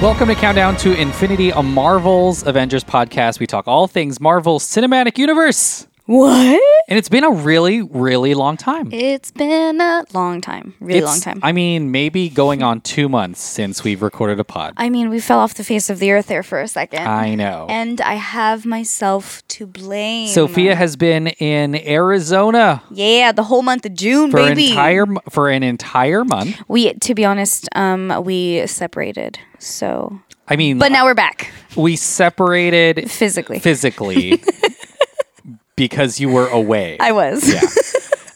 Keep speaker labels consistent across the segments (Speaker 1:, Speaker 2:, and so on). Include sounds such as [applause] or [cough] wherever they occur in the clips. Speaker 1: Welcome to Countdown to Infinity, a Marvel's Avengers podcast. We talk all things Marvel Cinematic Universe.
Speaker 2: What?
Speaker 1: And it's been a really, really long time.
Speaker 2: It's been a long time, really long
Speaker 1: It's-
Speaker 2: time. I,
Speaker 1: I mean, maybe going on two months since we've recorded a pod.
Speaker 2: mean, we fell off the face of the earth there for a second.
Speaker 1: I know.
Speaker 2: and I have myself to blame.
Speaker 1: Sophia has been in Arizona
Speaker 2: Yeah, the whole month of June,
Speaker 1: for
Speaker 2: baby.
Speaker 1: entire m- for an entire month.
Speaker 2: we, to be honest, um, we separated. So,
Speaker 1: I mean,
Speaker 2: but now we're back
Speaker 1: we separated
Speaker 2: physically. [laughs]
Speaker 1: physically because you were away.
Speaker 2: I was.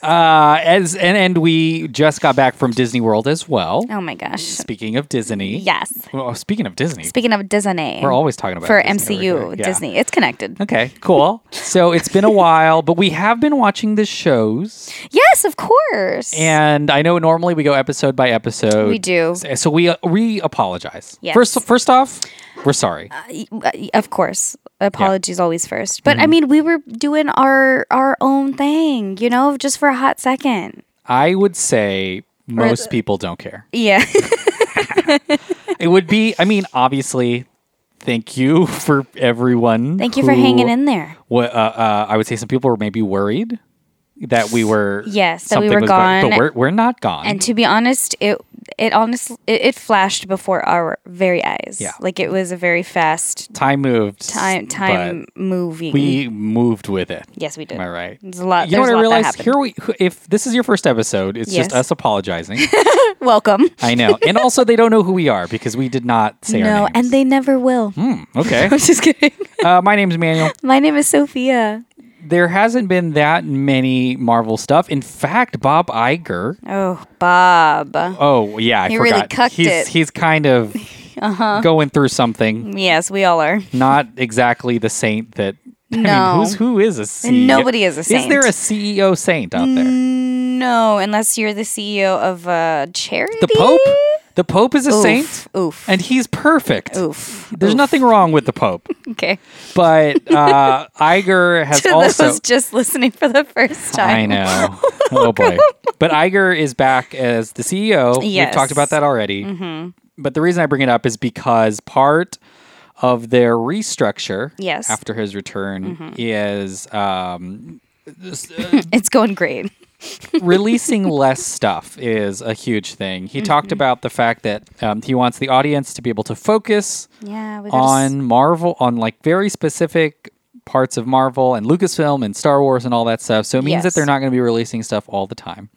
Speaker 1: Uh, as and, and we just got back from Disney World as well.
Speaker 2: [laughs] oh my gosh.
Speaker 1: Speaking of Disney,
Speaker 2: Yes.
Speaker 1: Well, speaking of Disney,
Speaker 2: Speaking of Disney,
Speaker 1: we're always talking about
Speaker 2: for
Speaker 1: Disney over
Speaker 2: MCU
Speaker 1: here. Yeah.
Speaker 2: Disney. It's connected.
Speaker 1: Okay, cool. so it's been a while, but we have been watching the shows,
Speaker 2: Yes, of course.
Speaker 1: and I know normally we go episode by episode.
Speaker 2: We do.
Speaker 1: So- So we uh, we apologize.
Speaker 2: Yes.
Speaker 1: First, first off, we're sorry.
Speaker 2: y- e, of course apologies always first but
Speaker 1: Mm-hmm.
Speaker 2: i mean we were doing our our own thing you know just for a hot second
Speaker 1: I would say most people don't care.
Speaker 2: yeah
Speaker 1: It would be. I mean, obviously, thank you for everyone.
Speaker 2: [laughs] thank you for hanging in there
Speaker 1: What uh, uh, I would say, some people were maybe worried that we were
Speaker 2: Yes, that we
Speaker 1: something
Speaker 2: were
Speaker 1: was going-
Speaker 2: gone.
Speaker 1: but we're we're not gone.
Speaker 2: and to be honest it it honestly it, it flashed before our very eyes
Speaker 1: Yeah.
Speaker 2: like it was a very fast
Speaker 1: time moved.
Speaker 2: time time moving
Speaker 1: but we moved with it.
Speaker 2: yes we did
Speaker 1: Am I right?
Speaker 2: there's a lot
Speaker 1: Mm-hmm. You know
Speaker 2: there's
Speaker 1: what I
Speaker 2: a lot that
Speaker 1: realized?
Speaker 2: happened.
Speaker 1: Here we. If this is your first episode, it's
Speaker 2: Yes.
Speaker 1: just us
Speaker 2: [laughs]
Speaker 1: apologizing.
Speaker 2: welcome
Speaker 1: I know, and also they don't know who we are because we did not say our
Speaker 2: no
Speaker 1: names.
Speaker 2: and they never will
Speaker 1: Hmm, okay.
Speaker 2: [laughs] i'm just kidding
Speaker 1: uh, my name's Manuel.
Speaker 2: my name is sophia
Speaker 1: There hasn't been that many Marvel stuff. In fact, Bob Iger.
Speaker 2: oh bob
Speaker 1: Oh yeah, I
Speaker 2: He really
Speaker 1: forgot.
Speaker 2: cucked
Speaker 1: he's
Speaker 2: it. Uh-huh. Mm-hmm.
Speaker 1: he's kind
Speaker 2: [laughs]
Speaker 1: of going through something.
Speaker 2: yes we all are
Speaker 1: Not exactly the saint that. I
Speaker 2: No.
Speaker 1: mean, who's who is a CEO?
Speaker 2: Nobody is a
Speaker 1: Is there a
Speaker 2: saint. Mm.
Speaker 1: CEO saint out there?
Speaker 2: No, unless you're the CEO of a charity.
Speaker 1: The Pope? The Pope is a
Speaker 2: Oof,
Speaker 1: saint.
Speaker 2: oof.
Speaker 1: And he's perfect.
Speaker 2: Oof.
Speaker 1: There's nothing wrong with the Pope.
Speaker 2: Okay. [laughs]
Speaker 1: But uh, Iger has
Speaker 2: To
Speaker 1: also.
Speaker 2: those just listening for the first time.
Speaker 1: I know. oh boy. But Iger is back as the CEO. We've
Speaker 2: Yes. Mm-hmm.
Speaker 1: talked about that already. But the reason I bring it up is because part of their restructure
Speaker 2: Yes. Mm-hmm.
Speaker 1: after his return is um,
Speaker 2: It's going great.
Speaker 1: releasing less stuff is a huge thing. He
Speaker 2: Mm-hmm.
Speaker 1: talked about the fact that um, he wants the audience to be able to focus
Speaker 2: Yeah, we
Speaker 1: on Marvel, on like very specific parts of Marvel and Lucasfilm and Star Wars and all that stuff. So it means that
Speaker 2: Yes. Mm-hmm.
Speaker 1: they're not going to be releasing stuff all the time.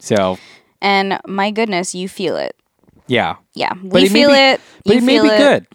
Speaker 1: So
Speaker 2: and my goodness, you feel it.
Speaker 1: yeah,
Speaker 2: Yeah,
Speaker 1: But
Speaker 2: we
Speaker 1: it may
Speaker 2: feel
Speaker 1: be-
Speaker 2: it. Mm-hmm.
Speaker 1: but
Speaker 2: you
Speaker 1: it may
Speaker 2: feel
Speaker 1: be good.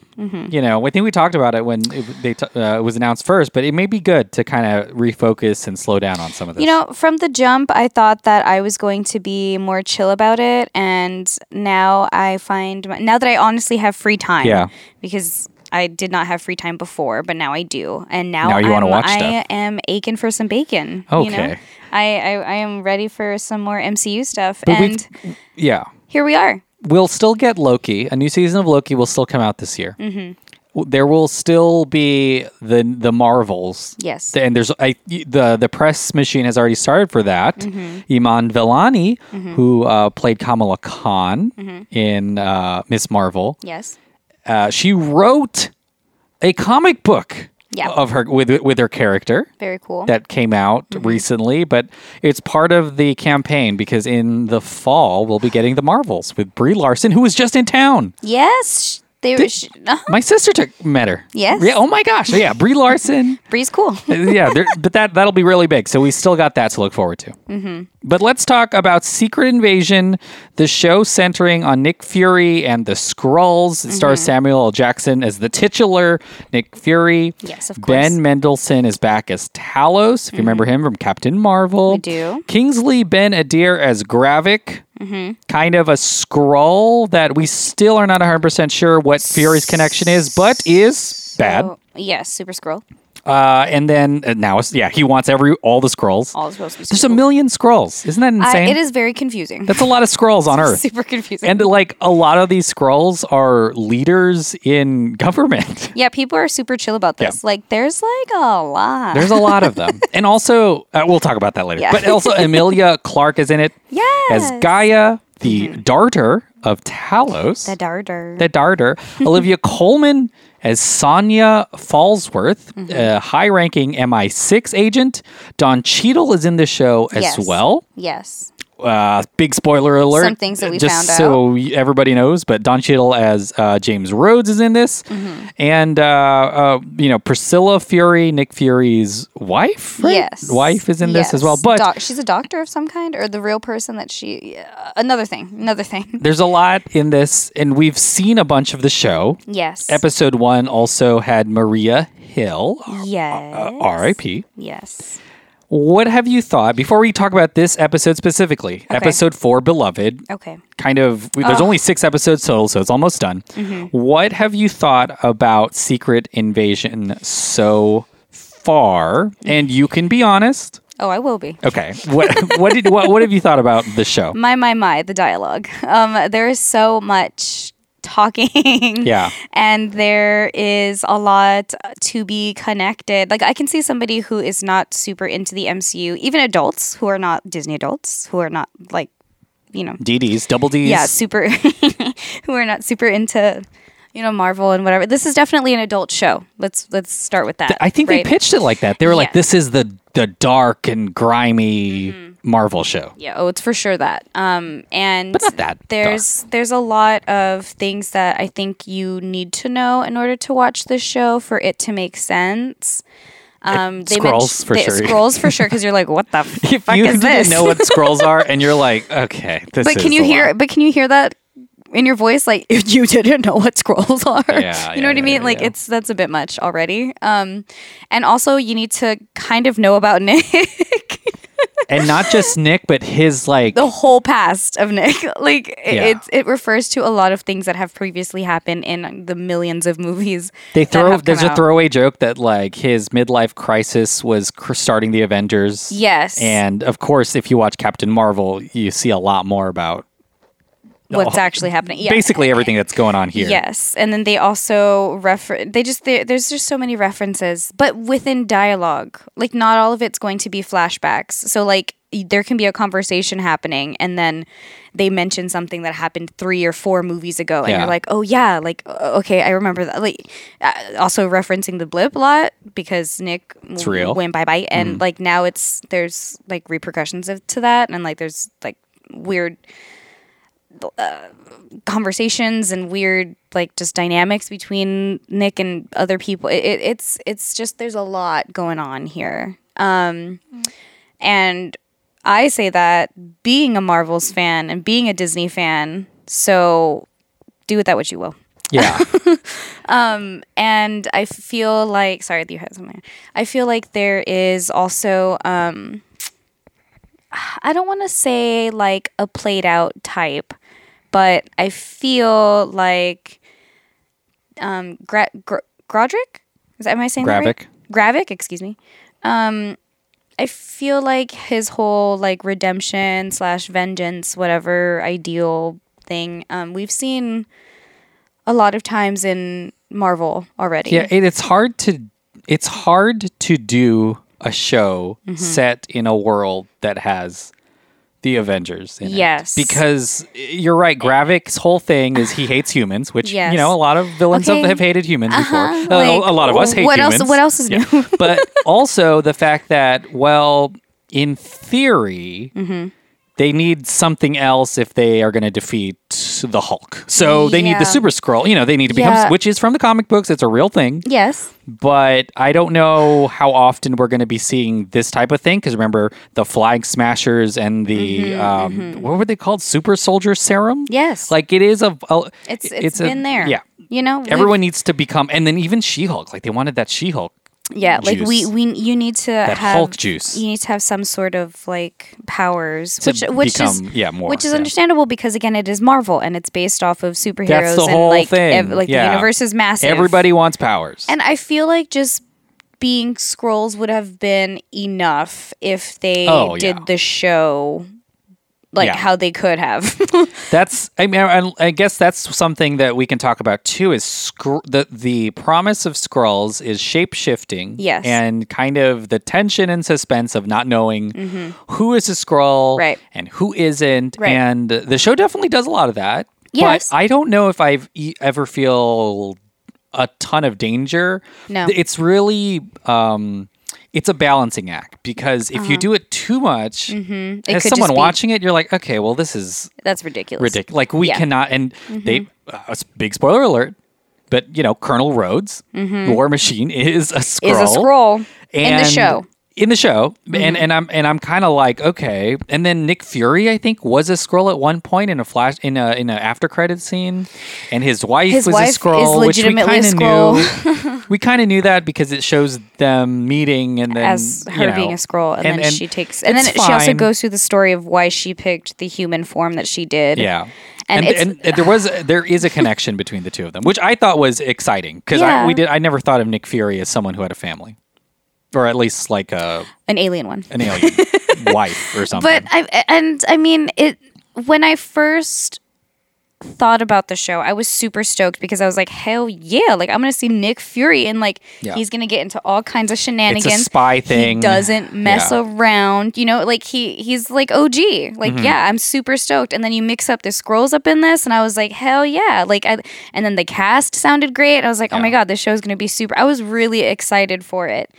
Speaker 1: You know, I think we talked about it when it, they t- uh, it was announced first, but it may be good to kind of refocus and slow down on some of this.
Speaker 2: You know, from the jump, I thought that I was going to be more chill about it, and now I find my, now that I honestly have free time.
Speaker 1: Yeah.
Speaker 2: Because I did not have free time before, but now I do, and now,
Speaker 1: Now you wanna
Speaker 2: I'm-
Speaker 1: watch
Speaker 2: I
Speaker 1: stuff.
Speaker 2: am aching for some bacon. You know?
Speaker 1: Okay.
Speaker 2: I, I I am ready for some more MCU stuff,
Speaker 1: But we-
Speaker 2: and
Speaker 1: yeah,
Speaker 2: here we are.
Speaker 1: we'll still get Loki. A new season of Loki will still come out this year. Mm-hmm. There will still be the the Marvels.
Speaker 2: Yes.
Speaker 1: and there's I, the the press machine has already started for that.
Speaker 2: Mm-hmm.
Speaker 1: Iman Vellani, who uh, played Kamala Khan
Speaker 2: Mm-hmm.
Speaker 1: in uh, Miss Marvel,
Speaker 2: Yes.
Speaker 1: uh, she wrote a comic book
Speaker 2: Yeah.
Speaker 1: of her with with her character
Speaker 2: Very cool.
Speaker 1: that came out recently, but it's part of the campaign because in the fall we'll be getting the Marvels with Brie Larson, who was just in town.
Speaker 2: yes. They were. sh- uh-huh.
Speaker 1: My sister took met her.
Speaker 2: Yes.
Speaker 1: Yeah. Oh my gosh. Yeah. Brie Larson.
Speaker 2: Bree's
Speaker 1: [laughs]
Speaker 2: cool.
Speaker 1: Uh, yeah. there- But that that'll be really big. So we still got that to look forward to. Mm-hmm. But let's talk about Secret Invasion, the show centering on Nick Fury and the Skrulls. It
Speaker 2: Mm-hmm.
Speaker 1: stars Samuel L. Jackson as the titular Nick Fury.
Speaker 2: Yes, of
Speaker 1: Ben
Speaker 2: course. Mm-hmm.
Speaker 1: Mendelsohn is back as Talos. If you remember him from Captain Marvel,
Speaker 2: We do. Mm-hmm.
Speaker 1: Kingsley Ben Adir as Gravik. Kind of a scroll that we still are not 100% sure what Fury's connection is, but is bad.
Speaker 2: Oh, yes. Super Scroll.
Speaker 1: Uh, and then uh, now, it's, yeah, he wants every all the scrolls.
Speaker 2: All is supposed to be.
Speaker 1: There's a million scrolls. Isn't that
Speaker 2: I,
Speaker 1: insane?
Speaker 2: it is very confusing.
Speaker 1: That's a lot of scrolls on Earth.
Speaker 2: [laughs] super confusing.
Speaker 1: And like a lot of these scrolls are leaders in [laughs] government.
Speaker 2: Yeah, people are super chill about this. Like, there's like a lot.
Speaker 1: There's a lot of them. And also, uh, we'll talk
Speaker 2: [laughs]
Speaker 1: about that later.
Speaker 2: Yeah.
Speaker 1: But also, Amelia Clark is in it
Speaker 2: yes. Mm-hmm.
Speaker 1: as Gaia, the darter of Talos.
Speaker 2: The darter.
Speaker 1: the darter
Speaker 2: [laughs]
Speaker 1: olivia coleman as sonia fallsworth
Speaker 2: Mm-hmm.
Speaker 1: a high-ranking mi6 agent don Cheadle is in the show as
Speaker 2: Yes.
Speaker 1: well
Speaker 2: yes.
Speaker 1: uh, big spoiler alert
Speaker 2: Some things that we
Speaker 1: just
Speaker 2: found
Speaker 1: so everybody knows but don Cheadle as uh, james rhodes is in this
Speaker 2: Mm-hmm.
Speaker 1: and uh, uh, you know priscilla fury nick fury's wife right?
Speaker 2: Yes.
Speaker 1: wife is in this as
Speaker 2: Yes.
Speaker 1: well but
Speaker 2: Doc- she's a doctor of some kind or the real person that she yeah, another thing, another thing. [laughs]
Speaker 1: there's a lot in this and we've seen a bunch of the show
Speaker 2: Yes.
Speaker 1: episode one also had maria hill
Speaker 2: yes.
Speaker 1: Uh, RIP.
Speaker 2: yes.
Speaker 1: What have you thought before we talk about this episode specifically? Episode four, Beloved.
Speaker 2: Okay.
Speaker 1: Kind of, we, there's only six episodes total, so it's almost done.
Speaker 2: Mm-hmm.
Speaker 1: What have you thought about Secret Invasion so far? And you can be honest.
Speaker 2: Oh, I will be.
Speaker 1: Okay. What [laughs] what did what, what have you thought about the show?
Speaker 2: My my my the dialogue. Um there is so much talking.
Speaker 1: Yeah.
Speaker 2: [laughs] And there is a lot to be connected. Like I can see somebody who is not super into the MCU, even adults who are not Disney adults, who are not like, you know,
Speaker 1: DDs, double Ds.
Speaker 2: yeah, super [laughs] who are not super into you know Marvel and whatever. This is definitely an adult show. Let's let's start with that.
Speaker 1: I think
Speaker 2: right?
Speaker 1: they pitched it like that. They were like,
Speaker 2: Yeah.
Speaker 1: "This
Speaker 2: Mm-hmm.
Speaker 1: is the the dark and grimy Marvel show."
Speaker 2: Yeah, oh, it's for sure that. Um, and
Speaker 1: But not that
Speaker 2: there's there's a lot of things that I think you need to know in order to watch this show for it to make sense. Um, they
Speaker 1: scrolls
Speaker 2: mench-
Speaker 1: for
Speaker 2: they-
Speaker 1: sure.
Speaker 2: Scrolls for sure, because you're like, what the
Speaker 1: If
Speaker 2: fuck
Speaker 1: [laughs] you
Speaker 2: is
Speaker 1: didn't
Speaker 2: this?
Speaker 1: know what scrolls are, and
Speaker 2: [laughs]
Speaker 1: you're like, "Okay, this."
Speaker 2: but can
Speaker 1: is
Speaker 2: you
Speaker 1: a
Speaker 2: hear?
Speaker 1: lot."
Speaker 2: But can you hear that in your voice? Like [laughs] if you didn't know what scrolls are,
Speaker 1: Yeah,
Speaker 2: [laughs] you know
Speaker 1: yeah,
Speaker 2: what I
Speaker 1: yeah,
Speaker 2: mean?
Speaker 1: yeah,
Speaker 2: like
Speaker 1: yeah.
Speaker 2: it's that's a bit much already. Um, and also you need to kind of know about [laughs] Nick,
Speaker 1: and not
Speaker 2: [laughs]
Speaker 1: just Nick, but his like
Speaker 2: the whole past of Nick. [laughs] Like it,
Speaker 1: Yeah.
Speaker 2: it it refers to a lot of things that have previously happened in the millions of movies.
Speaker 1: they
Speaker 2: that
Speaker 1: throw.
Speaker 2: have come
Speaker 1: There's a
Speaker 2: out.
Speaker 1: throwaway joke that like his midlife crisis was cr- starting the Avengers.
Speaker 2: Yes,
Speaker 1: and of course, if you watch Captain Marvel, you see a lot more about
Speaker 2: what's actually happening? Yeah,
Speaker 1: [laughs] basically everything that's going on here.
Speaker 2: Yes, and then they also refer. They just there there's just so many references, but within dialogue, like not all of it's going to be flashbacks. So like y- there can be a conversation happening, and then they mention something that happened three or four movies ago, and
Speaker 1: Yeah.
Speaker 2: you're like, oh yeah, like o- okay, I remember that. Like uh, also referencing the blip a lot because Nick w-
Speaker 1: real.
Speaker 2: went bye bye, and like now it's there's like repercussions of, to that, and like there's like weird uh, conversations and weird like just dynamics between Nick and other people. It, it, it's it's just there's a lot going on here. Um, and I say that being a Marvels fan and being a Disney fan, so do with that what you will.
Speaker 1: yeah,
Speaker 2: And I feel like sorry, you had something. I feel like there is also um, I don't want to say like a played out type, but I feel like um Gra- Gr- Grodrick? Is that, am I saying
Speaker 1: Gravik.
Speaker 2: that right? Gravik, excuse me. Um I feel like his whole like redemption slash vengeance, whatever ideal thing, um, we've seen a lot of times in Marvel already.
Speaker 1: yeah. It, it's hard to it's hard to do a show
Speaker 2: Mm-hmm.
Speaker 1: set in a world that has the Avengers in it.
Speaker 2: Yes.
Speaker 1: Because y- you're right, Gravik's whole thing is he hates humans, which
Speaker 2: Yes.
Speaker 1: you know a lot of villains
Speaker 2: Okay.
Speaker 1: have, have hated humans
Speaker 2: Uh-huh,
Speaker 1: before. Uh,
Speaker 2: like,
Speaker 1: a lot of us hate
Speaker 2: what else-
Speaker 1: humans.
Speaker 2: what else is new? [laughs]
Speaker 1: [laughs] but also the fact that, well, in theory,
Speaker 2: Mm-hmm.
Speaker 1: they need something else if they are going to defeat the Hulk. So they need
Speaker 2: Yeah.
Speaker 1: the Super Scroll. You know, they need to become,
Speaker 2: Yeah.
Speaker 1: which is from the comic books. It's a real thing
Speaker 2: Yes.
Speaker 1: but I don't know how often we're going to be seeing this type of thing. Because remember, the flying smashers and the um, what were they called? Super soldier serum.
Speaker 2: Mm-hmm, Yes.
Speaker 1: Like it is a. a-
Speaker 2: It's it's
Speaker 1: a-
Speaker 2: been there.
Speaker 1: Yeah.
Speaker 2: You know, we've-
Speaker 1: Everyone needs to become, and then even She Hulk. Like they wanted that She Hulk.
Speaker 2: Yeah, like we
Speaker 1: juice.
Speaker 2: we you need to have
Speaker 1: Hulk juice.
Speaker 2: You need to have some sort of like powers, which which
Speaker 1: become-
Speaker 2: is
Speaker 1: yeah, more,
Speaker 2: which is
Speaker 1: yeah.
Speaker 2: understandable because again it is Marvel and it's based off of superheroes.
Speaker 1: That's the
Speaker 2: and,
Speaker 1: whole
Speaker 2: like,
Speaker 1: thing.
Speaker 2: ev- like
Speaker 1: Yeah.
Speaker 2: the universe is massive.
Speaker 1: Everybody wants powers.
Speaker 2: and I feel like just being scrolls would have been enough if they
Speaker 1: Oh,
Speaker 2: did
Speaker 1: yeah.
Speaker 2: the show like
Speaker 1: Yeah.
Speaker 2: how they could have. [laughs]
Speaker 1: That's I mean I, I guess that's something that we can talk about too is scr- the the promise of scrolls is shape shifting
Speaker 2: Yes.
Speaker 1: and kind of the tension and suspense of not knowing who is a scroll
Speaker 2: Mm-hmm. Right.
Speaker 1: and who isn't
Speaker 2: Right.
Speaker 1: and the show definitely does a lot of that
Speaker 2: Yes.
Speaker 1: But I don't know if I've e- ever feel a ton of danger.
Speaker 2: No.
Speaker 1: It's really um it's a balancing act because if you do it too much,
Speaker 2: Uh-huh. Mm-hmm. It
Speaker 1: as
Speaker 2: could
Speaker 1: someone
Speaker 2: just be-
Speaker 1: watching it, you're like, okay, well, this is
Speaker 2: That's ridiculous.
Speaker 1: ridiculous. Like we
Speaker 2: Yeah.
Speaker 1: cannot. And they,
Speaker 2: Mm-hmm.
Speaker 1: uh, s- big spoiler alert, but you know, Colonel Rhodes, War Machine is a scroll.
Speaker 2: Mm-hmm. Is a scroll in the
Speaker 1: And-
Speaker 2: show. Mm-hmm.
Speaker 1: In the show, and and I'm and I'm kind of like okay. And then Nick Fury, I think, was a scroll at one point in a flash in a in an after credit scene, and his wife
Speaker 2: His
Speaker 1: was
Speaker 2: wife
Speaker 1: a
Speaker 2: is
Speaker 1: scroll, which we
Speaker 2: legitimately a
Speaker 1: kind of
Speaker 2: [laughs]
Speaker 1: knew. [laughs] we kind of knew that because it shows them meeting and then
Speaker 2: as her
Speaker 1: you know,
Speaker 2: being a scroll, and, then she takes, and then
Speaker 1: it's
Speaker 2: she also
Speaker 1: fine.
Speaker 2: goes through the story of why she picked the human form that she did.
Speaker 1: Yeah.
Speaker 2: And
Speaker 1: And,
Speaker 2: it's-
Speaker 1: and, there was there is a connection
Speaker 2: [laughs]
Speaker 1: between the two of them, which I thought was exciting because
Speaker 2: Yeah.
Speaker 1: I we did I never thought of Nick Fury as someone who had a family, or at least like a
Speaker 2: an alien one.
Speaker 1: an
Speaker 2: [laughs]
Speaker 1: alien wife or something.
Speaker 2: But I and I mean it when I first thought about the show, I was super stoked because I was like, hell yeah! Like I'm gonna see Nick Fury and like
Speaker 1: Yeah.
Speaker 2: he's gonna get into all kinds of
Speaker 1: it's a
Speaker 2: shenanigans.
Speaker 1: spy thing.
Speaker 2: He doesn't mess
Speaker 1: Yeah.
Speaker 2: around. You know, like he he's like OG. Like
Speaker 1: Mm-hmm.
Speaker 2: yeah, I'm super stoked. And then you mix up the scrolls up in this, and I was like, hell yeah! Like I, and then the cast sounded great. I was like, oh my
Speaker 1: Yeah.
Speaker 2: god, this show's gonna be super. I was really excited for it.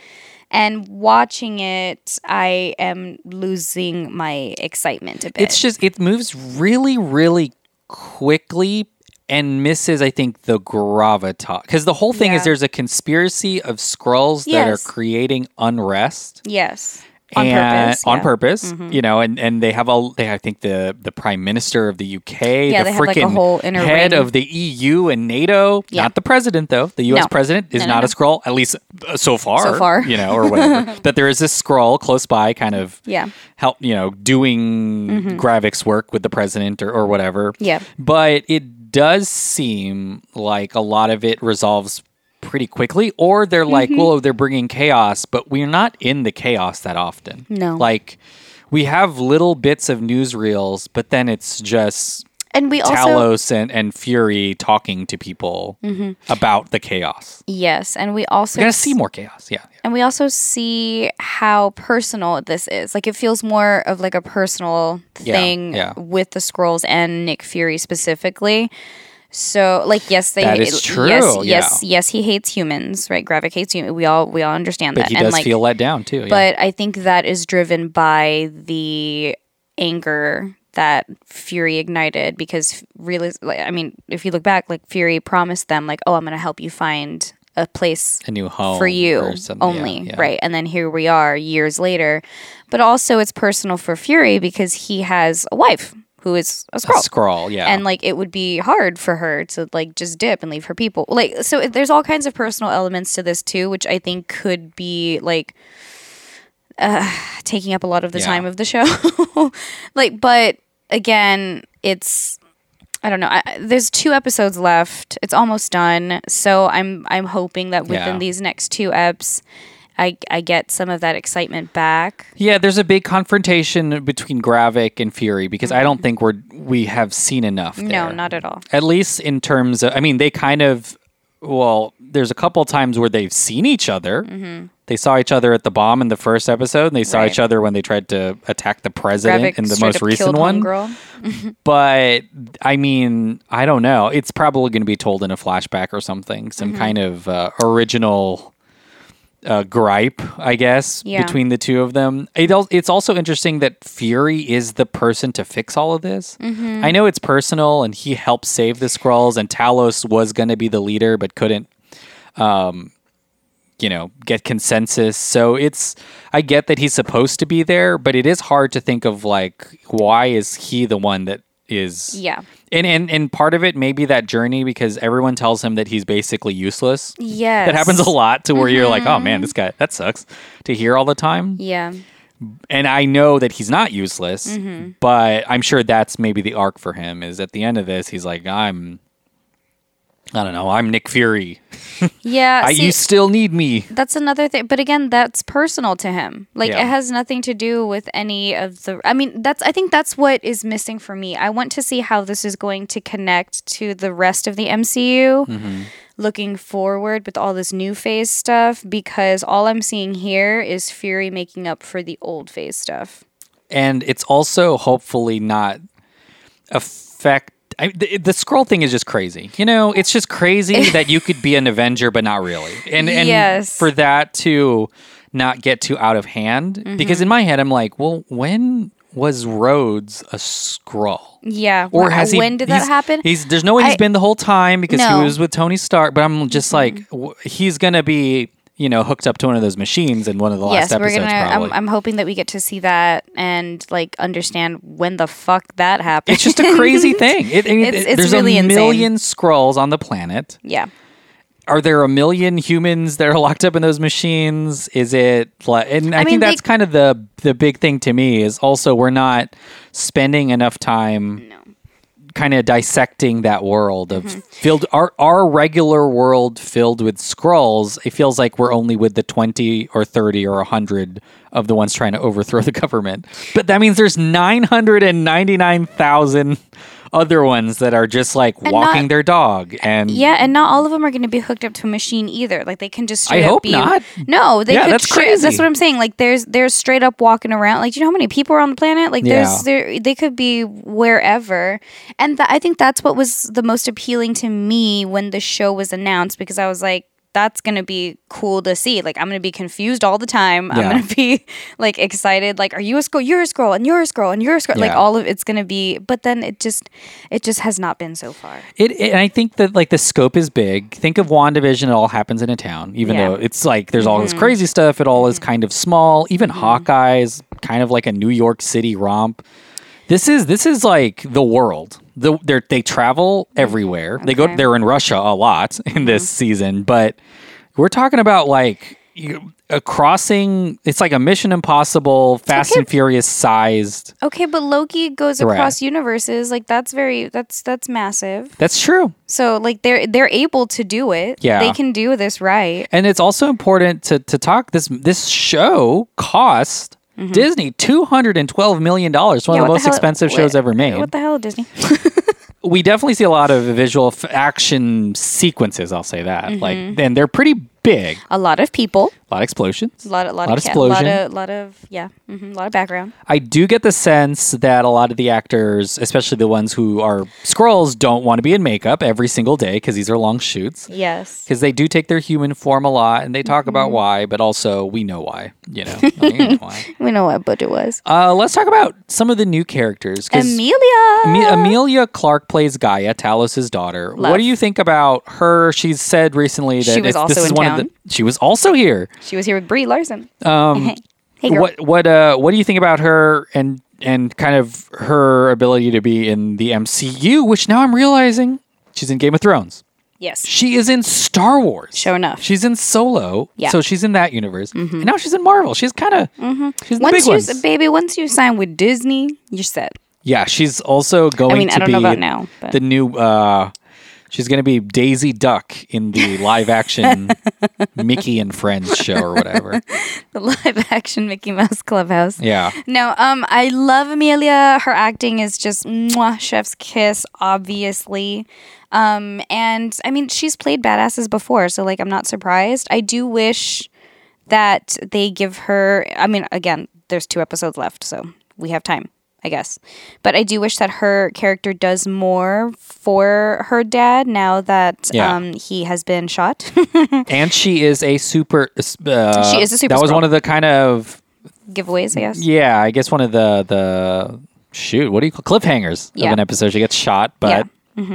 Speaker 2: And watching it, I am losing my excitement a bit.
Speaker 1: It's just it moves really really quickly and misses I think the gravitas because the whole thing
Speaker 2: Yeah.
Speaker 1: is there's a conspiracy of scrolls that
Speaker 2: Yes.
Speaker 1: are creating unrest.
Speaker 2: yes, on
Speaker 1: and-
Speaker 2: purpose.
Speaker 1: on
Speaker 2: yeah. Mm-hmm.
Speaker 1: purpose, you know, and, and they have all they I think the the prime minister of the UK,
Speaker 2: Yeah,
Speaker 1: the
Speaker 2: they have, like, a
Speaker 1: freaking
Speaker 2: whole inner
Speaker 1: head
Speaker 2: ring.
Speaker 1: of the EU and NATO,
Speaker 2: Yeah.
Speaker 1: not the president though. The US
Speaker 2: No.
Speaker 1: president is
Speaker 2: No, no,
Speaker 1: not
Speaker 2: no.
Speaker 1: a scroll, at least uh, so far,
Speaker 2: So far.
Speaker 1: you know, or
Speaker 2: [laughs]
Speaker 1: whatever. that there is this scroll close by, kind of
Speaker 2: Yeah. Mm-hmm.
Speaker 1: help, you know, doing graphics work with the president or, or whatever.
Speaker 2: Yeah.
Speaker 1: but it does seem like a lot of it resolves. Pretty quickly, or they're like,
Speaker 2: Mm-hmm.
Speaker 1: "Well, they're bringing chaos," but we're not in the chaos that often.
Speaker 2: No.
Speaker 1: Like we have little bits of newsreels, but then it's just
Speaker 2: And we also
Speaker 1: Talos and, and Fury talking to people
Speaker 2: Mm-hmm.
Speaker 1: about the chaos.
Speaker 2: yes, and we also
Speaker 1: We're gonna see more chaos. Yeah.
Speaker 2: and we also see how personal this is like it feels more of like a personal
Speaker 1: Yeah,
Speaker 2: thing
Speaker 1: yeah.
Speaker 2: with the scrolls and nick fury specifically so like yes they
Speaker 1: That is
Speaker 2: yes,
Speaker 1: true,
Speaker 2: yes
Speaker 1: yeah.
Speaker 2: yes he hates humans right gravik hates humans we all we all understand
Speaker 1: But
Speaker 2: that
Speaker 1: he
Speaker 2: and
Speaker 1: does
Speaker 2: like
Speaker 1: feel let down too. yeah.
Speaker 2: but i think that is driven by the anger that fury ignited because really like, i mean if you look back like fury promised them like oh i'm going to help you find a place
Speaker 1: a new home
Speaker 2: for you
Speaker 1: or something. Yeah,
Speaker 2: only,
Speaker 1: yeah.
Speaker 2: right? And then here we are years later. But also, it's personal for Fury because he has a wife who is a
Speaker 1: A
Speaker 2: scroll.
Speaker 1: scroll, yeah.
Speaker 2: and like it would be hard for her to like just dip and leave her people. Like so it- there's all kinds of personal elements to this too, which I think could be like uh, taking up a lot of the
Speaker 1: Yeah.
Speaker 2: time of the show. [laughs] like but again, it's I don't know. I, I- there's two episodes left. It's almost done. So I'm I'm hoping that within
Speaker 1: Yeah.
Speaker 2: these next two eps, I I get some of that excitement back.
Speaker 1: Yeah, there's a big confrontation between Gravik and Fury because I don't think we're we have seen enough.
Speaker 2: Mm-hmm. No,
Speaker 1: there.
Speaker 2: not at all.
Speaker 1: At least in terms of, I mean, they kind of, well, there's a couple times where they've seen each other. They saw each other at the bomb in the first episode, and they saw
Speaker 2: Mm-hmm. Right.
Speaker 1: each other when they tried to attack the president
Speaker 2: Gravik
Speaker 1: in the
Speaker 2: straight
Speaker 1: most
Speaker 2: up killed
Speaker 1: recent one.
Speaker 2: Homegirl.
Speaker 1: But I mean, I don't know. It's probably going to be told in a flashback or something, some kind of uh, original uh, gripe, I guess,
Speaker 2: Yeah.
Speaker 1: between the two of them. It al- it's also interesting that Fury is the person to fix all of this. I know it's personal, and he helped save the Skrulls, and Talos was going to be the leader, but couldn't. Um, you know, get consensus. So it's, I get that he's supposed to be there, but it is hard to think of like, why is he the one that is
Speaker 2: Yeah.
Speaker 1: and and and part of it may be that journey because everyone tells him that he's basically useless.
Speaker 2: Yes. Mm-hmm.
Speaker 1: That happens a lot to where you're like, oh man, this guy that sucks to hear all the time.
Speaker 2: Yeah.
Speaker 1: And I know that he's not useless,
Speaker 2: Mm-hmm.
Speaker 1: but I'm sure that's maybe the arc for him is at the end of this he's like, I'm I don't know, I'm Nick Fury.
Speaker 2: Yeah.
Speaker 1: I,
Speaker 2: see-
Speaker 1: you still need me.
Speaker 2: that's another thing but again that's personal to him like
Speaker 1: Yeah.
Speaker 2: it has nothing to do with any of the i mean that's i think that's what is missing for me i want to see how this is going to connect to the rest of the mcu
Speaker 1: Mm-hmm.
Speaker 2: looking forward with all this new phase stuff because all i'm seeing here is fury making up for the old phase stuff
Speaker 1: and it's also hopefully not affect I, the, the scroll thing is just crazy. You know, it's just
Speaker 2: [laughs]
Speaker 1: crazy that you could be an Avenger but not really, and and
Speaker 2: Yes.
Speaker 1: for that to not get too out of hand,
Speaker 2: Mm-hmm.
Speaker 1: because in my head I'm like, well, when was Rhodes a scroll?
Speaker 2: Yeah.
Speaker 1: Or
Speaker 2: when,
Speaker 1: has he?
Speaker 2: when did that
Speaker 1: he's-
Speaker 2: happen?
Speaker 1: He's there's no way he's
Speaker 2: I-
Speaker 1: been the whole time because
Speaker 2: No.
Speaker 1: he was with Tony Stark. But I'm just like, w- he's gonna be you know hooked up to one of those machines in one of the last
Speaker 2: yes, we're
Speaker 1: episodes.
Speaker 2: gonna.
Speaker 1: probably.
Speaker 2: I'm, I'm hoping that we get to see that and like understand when the fuck that happened.
Speaker 1: it's just a
Speaker 2: [laughs]
Speaker 1: crazy thing. It, I mean,
Speaker 2: It's-
Speaker 1: it-
Speaker 2: it's
Speaker 1: there's
Speaker 2: really
Speaker 1: a
Speaker 2: insane.
Speaker 1: million scrolls on the planet.
Speaker 2: yeah.
Speaker 1: Are there a million humans that are [laughs] locked up in those machines? Is it like? And I,
Speaker 2: mean,
Speaker 1: think
Speaker 2: they-
Speaker 1: that's kind of the the big thing to me is also we're not spending enough time. Kind of dissecting that world of
Speaker 2: Mm-hmm.
Speaker 1: filled our our regular world filled with scrolls. It feels like we're only with the twenty or thirty or hundred of the ones trying to overthrow the [laughs] government. But that means there's nine hundred and ninety nine thousand other ones that are just like walking
Speaker 2: not-
Speaker 1: their dog and
Speaker 2: Yeah, and not all of them are going to be hooked up to a machine either. Like they can just straight up
Speaker 1: hope
Speaker 2: be
Speaker 1: not.
Speaker 2: No, they
Speaker 1: Yeah,
Speaker 2: could
Speaker 1: that's
Speaker 2: straight-
Speaker 1: crazy.
Speaker 2: That's what I'm saying. Like there's there's straight up walking around. Like do you know how many people are on the planet? Like
Speaker 1: Yeah.
Speaker 2: there's there they could be wherever. And tha- I think that's what was the most appealing to me when the show was announced because I was like that's going to be cool to see. Like I'm going to be confused all the time.
Speaker 1: Yeah.
Speaker 2: I'm going to be [laughs] like excited like are you a scroll? You're a scroll and you're a scroll and you're a scroll. Like
Speaker 1: Yeah.
Speaker 2: all of it's going to be but then it just it just has not been so far.
Speaker 1: It, it, and I think that like the scope is big. Think of WandaVision; it all happens in a town, even
Speaker 2: Yeah. Mm-hmm.
Speaker 1: though it's like there's all this crazy stuff. It all is kind of small. Even Hawkeye is kind of like a New York City romp. This is this is like the world. The, they're, they travel everywhere. They go.
Speaker 2: Mm-hmm. Okay. Mm-hmm.
Speaker 1: They're in Russia a lot [laughs] in this season, but we're talking about like you- a crossing. It's like a Mission Impossible, Fast and Furious sized.
Speaker 2: Okay, but Loki goes
Speaker 1: Threat.
Speaker 2: across universes. Like that's very that's that's massive.
Speaker 1: That's true.
Speaker 2: So like they're they're able to do it.
Speaker 1: Yeah.
Speaker 2: They can do this right.
Speaker 1: And it's also important to to talk this this show cost Disney two hundred and twelve million dollars, one
Speaker 2: Mm-hmm. Yeah,
Speaker 1: of the
Speaker 2: what
Speaker 1: most
Speaker 2: hell-
Speaker 1: expensive
Speaker 2: what-
Speaker 1: shows ever made.
Speaker 2: What the hell, Disney?
Speaker 1: we definitely see a lot of visual f- action sequences. I'll say that,
Speaker 2: Mm-hmm.
Speaker 1: like, and they're pretty big.
Speaker 2: a lot of people.
Speaker 1: A lot of explosions.
Speaker 2: A lot, a lot,
Speaker 1: Lot
Speaker 2: of
Speaker 1: of
Speaker 2: cat, a lot
Speaker 1: explosion.
Speaker 2: of, lot of, yeah, hmm a lot of background.
Speaker 1: I do get the sense that a lot of the actors, especially the ones who are scrolls, don't want to be in makeup every single day because these are long shoots.
Speaker 2: Yes.
Speaker 1: Because they do take their human form a lot, and they talk
Speaker 2: Mm-hmm.
Speaker 1: about why, but also we know why. You
Speaker 2: [laughs]
Speaker 1: know, Like, you know why.
Speaker 2: We know what Buddha was.
Speaker 1: Uh, let's talk about some of the new characters. 'cause
Speaker 2: Amelia.
Speaker 1: Ame- Amelia Clark plays Gaia, Talos' daughter. What
Speaker 2: Love.
Speaker 1: do you think about her? She's said recently that
Speaker 2: She was
Speaker 1: it's-
Speaker 2: also
Speaker 1: this is
Speaker 2: in
Speaker 1: one of
Speaker 2: town.
Speaker 1: the. She was also here.
Speaker 2: she was here with Brie Larson.
Speaker 1: Um,
Speaker 2: [laughs] Hey, girl.
Speaker 1: What what uh what do you think about her and and kind of her ability to be in the MCU? Which now I'm realizing she's in Game of Thrones.
Speaker 2: Yes.
Speaker 1: She is in Star Wars.
Speaker 2: Sure enough.
Speaker 1: she's in Solo.
Speaker 2: Yeah. Mm-hmm.
Speaker 1: so she's in that universe. And now she's in Marvel. She's kind of she's in the big
Speaker 2: Once you,
Speaker 1: ones.
Speaker 2: s- baby, once you sign with Disney, you're set.
Speaker 1: Yeah, she's also going
Speaker 2: mean,
Speaker 1: to
Speaker 2: I don't
Speaker 1: be
Speaker 2: know about now, but-
Speaker 1: the new. Uh, she's going to be Daisy Duck in
Speaker 2: [laughs]
Speaker 1: the live action Mickey and Friends show or whatever.
Speaker 2: The live [laughs] action Mickey Mouse Clubhouse.
Speaker 1: Yeah,
Speaker 2: No, um, I love Amelia. Her acting is just mwah, chef's kiss, obviously. Um, and I mean, she's played badasses before, so like, I'm not surprised. I do wish that they give her. I mean, again, there's two episodes left, so we have time, I guess. But I do wish that her character does more for her dad now that
Speaker 1: Yeah.
Speaker 2: um, he has been shot. [laughs]
Speaker 1: and she is a super. Uh,
Speaker 2: She is a super
Speaker 1: That was
Speaker 2: scroll.
Speaker 1: one of the kind of
Speaker 2: Giveaways, I guess.
Speaker 1: yeah. I guess one of the the shoot. What do you call cliffhangers
Speaker 2: Yeah. Mm-hmm.
Speaker 1: of an episode? She gets shot, but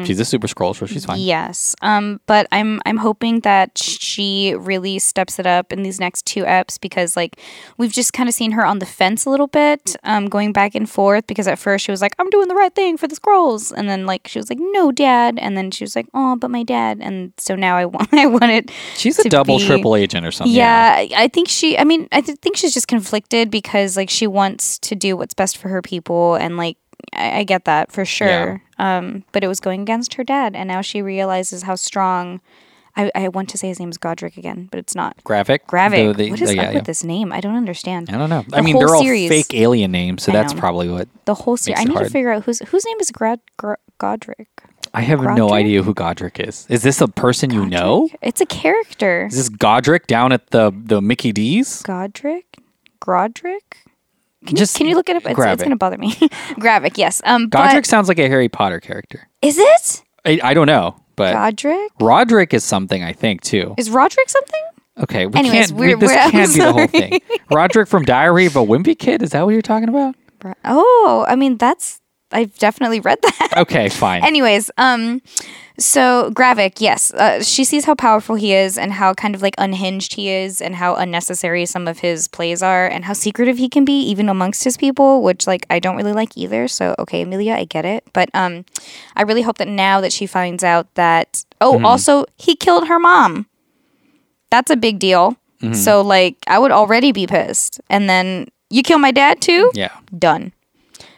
Speaker 1: she's a super scroll, so she's fine.
Speaker 2: Yes. Um, but I'm I'm hoping that she really steps it up in these next two eps because like we've just kind of seen her on the fence a little bit, um, going back and forth because at first she was like, I'm doing the right thing for the scrolls and then like she was like, No dad and then she was like, Oh, but my dad and so now I [laughs] want I want it
Speaker 1: She's a
Speaker 2: to
Speaker 1: double
Speaker 2: be-
Speaker 1: triple agent or something.
Speaker 2: yeah, I- I think she. I mean, I th- think she's just conflicted because like she wants to do what's best for her people, and like I, I get that for sure. Um, but it was going against her dad, and now she realizes how strong. I, I want to say his name is Godric again, but it's not.
Speaker 1: graphic,
Speaker 2: Gravic.
Speaker 1: Though they-
Speaker 2: what is
Speaker 1: they-
Speaker 2: up
Speaker 1: yeah, yeah.
Speaker 2: with this name? I don't understand.
Speaker 1: I don't know. I
Speaker 2: The
Speaker 1: mean,
Speaker 2: whole
Speaker 1: they're all
Speaker 2: series.
Speaker 1: fake alien names, so
Speaker 2: I
Speaker 1: that's
Speaker 2: know.
Speaker 1: probably what
Speaker 2: The whole series.
Speaker 1: Makes
Speaker 2: I
Speaker 1: it
Speaker 2: need to
Speaker 1: hard.
Speaker 2: figure out whose whose name is Grad Gr- Godric.
Speaker 1: I have no
Speaker 2: Godric?
Speaker 1: idea who Godric is. Is this a person you know?
Speaker 2: It's a character.
Speaker 1: Is this Godric down at the the Mickey D's?
Speaker 2: Godric. Grodric. Can
Speaker 1: Just
Speaker 2: you, can you look it up? It's,
Speaker 1: Gravik.
Speaker 2: it's going to bother me. [laughs] Gravik, yes. Um,
Speaker 1: Godric
Speaker 2: but,
Speaker 1: sounds like a Harry Potter character.
Speaker 2: is it
Speaker 1: I, I don't know, but
Speaker 2: Godric?
Speaker 1: Roderick is something I think too.
Speaker 2: Is Roderick something?
Speaker 1: Okay, we
Speaker 2: Anyways,
Speaker 1: can't.
Speaker 2: we're-
Speaker 1: we, this
Speaker 2: we're- I'm
Speaker 1: can't be the whole thing. Roderick from Diary of a Wimpy Kid. Is that what you're talking
Speaker 2: [laughs]
Speaker 1: about?
Speaker 2: Bro- Oh, I mean that's I've definitely read that.
Speaker 1: Okay, fine.
Speaker 2: Anyways, um, so Gravik, yes, uh, she sees how powerful he is and how kind of like unhinged he is and how unnecessary some of his plays are and how secretive he can be even amongst his people, which like I don't really like either. So okay, Amelia, I get it, but um, I really hope that now that she finds out that oh, also he killed her mom. That's a big deal. So like I would already be pissed, and then you kill my dad too
Speaker 1: yeah.
Speaker 2: done.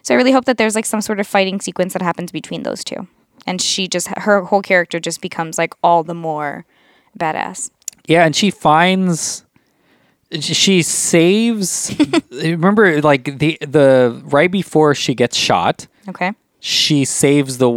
Speaker 2: So I really hope that there's like some sort of fighting sequence that happens between those two. And she just, her whole character just becomes like all the more badass.
Speaker 1: Yeah, and she finds sh- she saves
Speaker 2: [laughs]
Speaker 1: remember like the the right before she gets shot,
Speaker 2: Okay.
Speaker 1: she saves the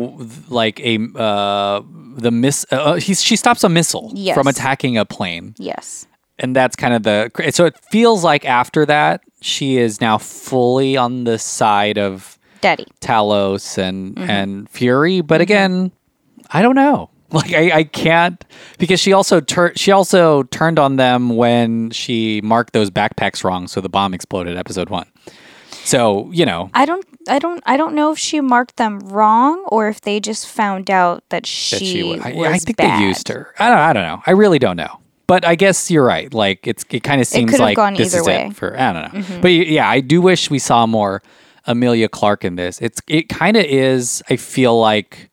Speaker 1: like a uh the miss uh, he, she stops a missile
Speaker 2: Yes.
Speaker 1: from attacking a plane.
Speaker 2: Yes.
Speaker 1: And that's kind of the so it feels like after that she is now fully on the side of
Speaker 2: Daddy.
Speaker 1: Talos and and Fury, but again, I don't know. [laughs] Like I, I can't because she also tur- she also turned on them when she marked those backpacks wrong, so the bomb exploded. Episode one. So you know,
Speaker 2: I don't, I don't, I don't know if she marked them wrong or if they just found out that she,
Speaker 1: that she wa-
Speaker 2: was.
Speaker 1: I, I think
Speaker 2: bad.
Speaker 1: they used her. I don't. I don't know. I really don't know. But I guess you're right. Like it's it kind of seems
Speaker 2: could have
Speaker 1: like
Speaker 2: gone
Speaker 1: this
Speaker 2: either
Speaker 1: is
Speaker 2: way. Mm-hmm.
Speaker 1: it for I don't know. But y- yeah, I do wish we saw more Amelia Clark in this. It's it kind of is. I feel like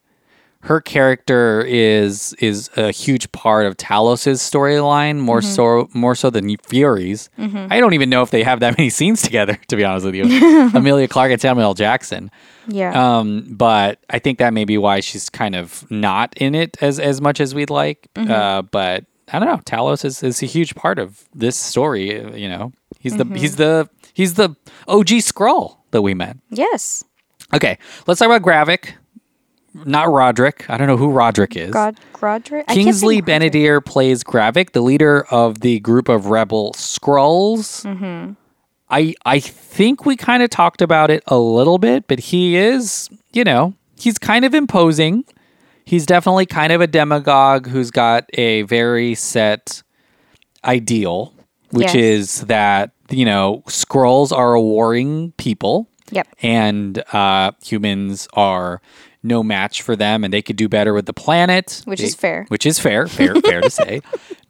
Speaker 1: her character is is a huge part of Talos's storyline more
Speaker 2: Mm-hmm.
Speaker 1: so more so than Fury's. I don't even know if they have that many scenes [laughs] together. To be honest with
Speaker 2: [laughs]
Speaker 1: you, Amelia Clark and Samuel L. Jackson.
Speaker 2: Yeah.
Speaker 1: Um, but I think that may be why she's kind of not in it as as much as we'd like. Uh, but I don't know. Talos is, is a huge part of this story. uh, You know, he's the he's the he's the OG scroll that we met.
Speaker 2: yes.
Speaker 1: Okay, let's talk about Gravik, not Roderick. I don't know who Roderick is.
Speaker 2: God, Roderick. I can't think
Speaker 1: Kingsley
Speaker 2: Roderick.
Speaker 1: Benadir plays Gravik, the leader of the group of rebel Skrulls.
Speaker 2: Mm-hmm.
Speaker 1: I I think we kind of talked about it a little bit, but he is, you know, he's kind of imposing. He's definitely kind of a demagogue who's got a very set ideal, which
Speaker 2: Yes.
Speaker 1: is that, you know, Skrulls are a warring people
Speaker 2: Yep.
Speaker 1: and uh, humans are no match for them, and they could do better with the planet,
Speaker 2: Which
Speaker 1: They-
Speaker 2: is fair.
Speaker 1: Which is fair, fair, fair to
Speaker 2: [laughs]
Speaker 1: say.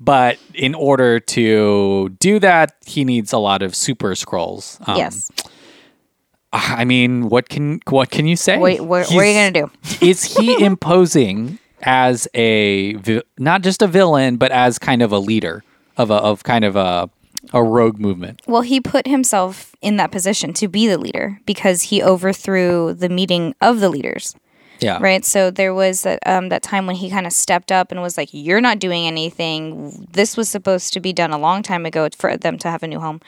Speaker 1: But in order to do that, he needs a lot of super scrolls. Um,
Speaker 2: yes.
Speaker 1: I mean, what can what can you say?
Speaker 2: Wait, what- what are you
Speaker 1: He's-
Speaker 2: gonna
Speaker 1: is
Speaker 2: [laughs]
Speaker 1: he imposing as a vi- not just a villain, but as kind of a leader of a of kind of a a rogue movement?
Speaker 2: Well, he put himself in that position to be the leader because he overthrew the meeting of the leaders.
Speaker 1: Yeah.
Speaker 2: right so there was that um, that time when he kind of stepped up and was like you're not doing anything this was supposed to be done a long time ago for them to have a new home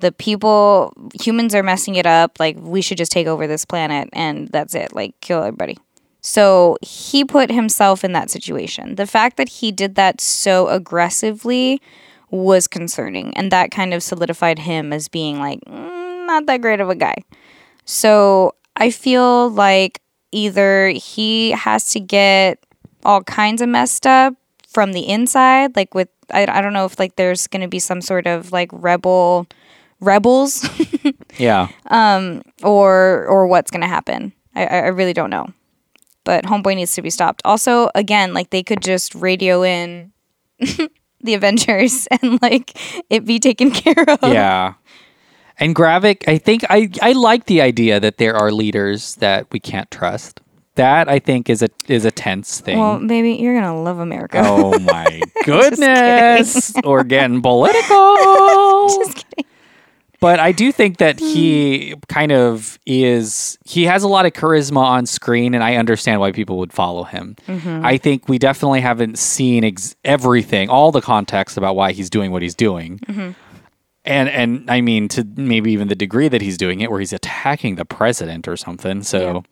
Speaker 2: the people humans are messing it up like we should just take over this planet and that's it like kill everybody so he put himself in that situation the fact that he did that so aggressively was concerning and that kind of solidified him as being like "Mm, not that great of a guy so I feel like either he has to get all kinds of messed up from the inside, like with, I, I don't know if like there's going to be some sort of like rebel, rebels [laughs]
Speaker 1: Yeah.
Speaker 2: or, or what's going to happen. I, I I really don't know. But Homeboy needs to be stopped. Also, again, like they could just radio in [laughs] the Avengers [laughs] and like it be taken [laughs] care of.
Speaker 1: [laughs] yeah and gravik i think i i like the idea that there are leaders that we can't trust that i think is a is a tense thing
Speaker 2: Well, baby, you're going to love America.
Speaker 1: oh my goodness or getting political but i do think that he kind of is he has a lot of charisma on screen and i understand why people would follow him i think we definitely haven't seen ex- everything all the context about why he's doing what he's doing and and I mean to maybe even the degree that he's doing it, where he's attacking the president or something. So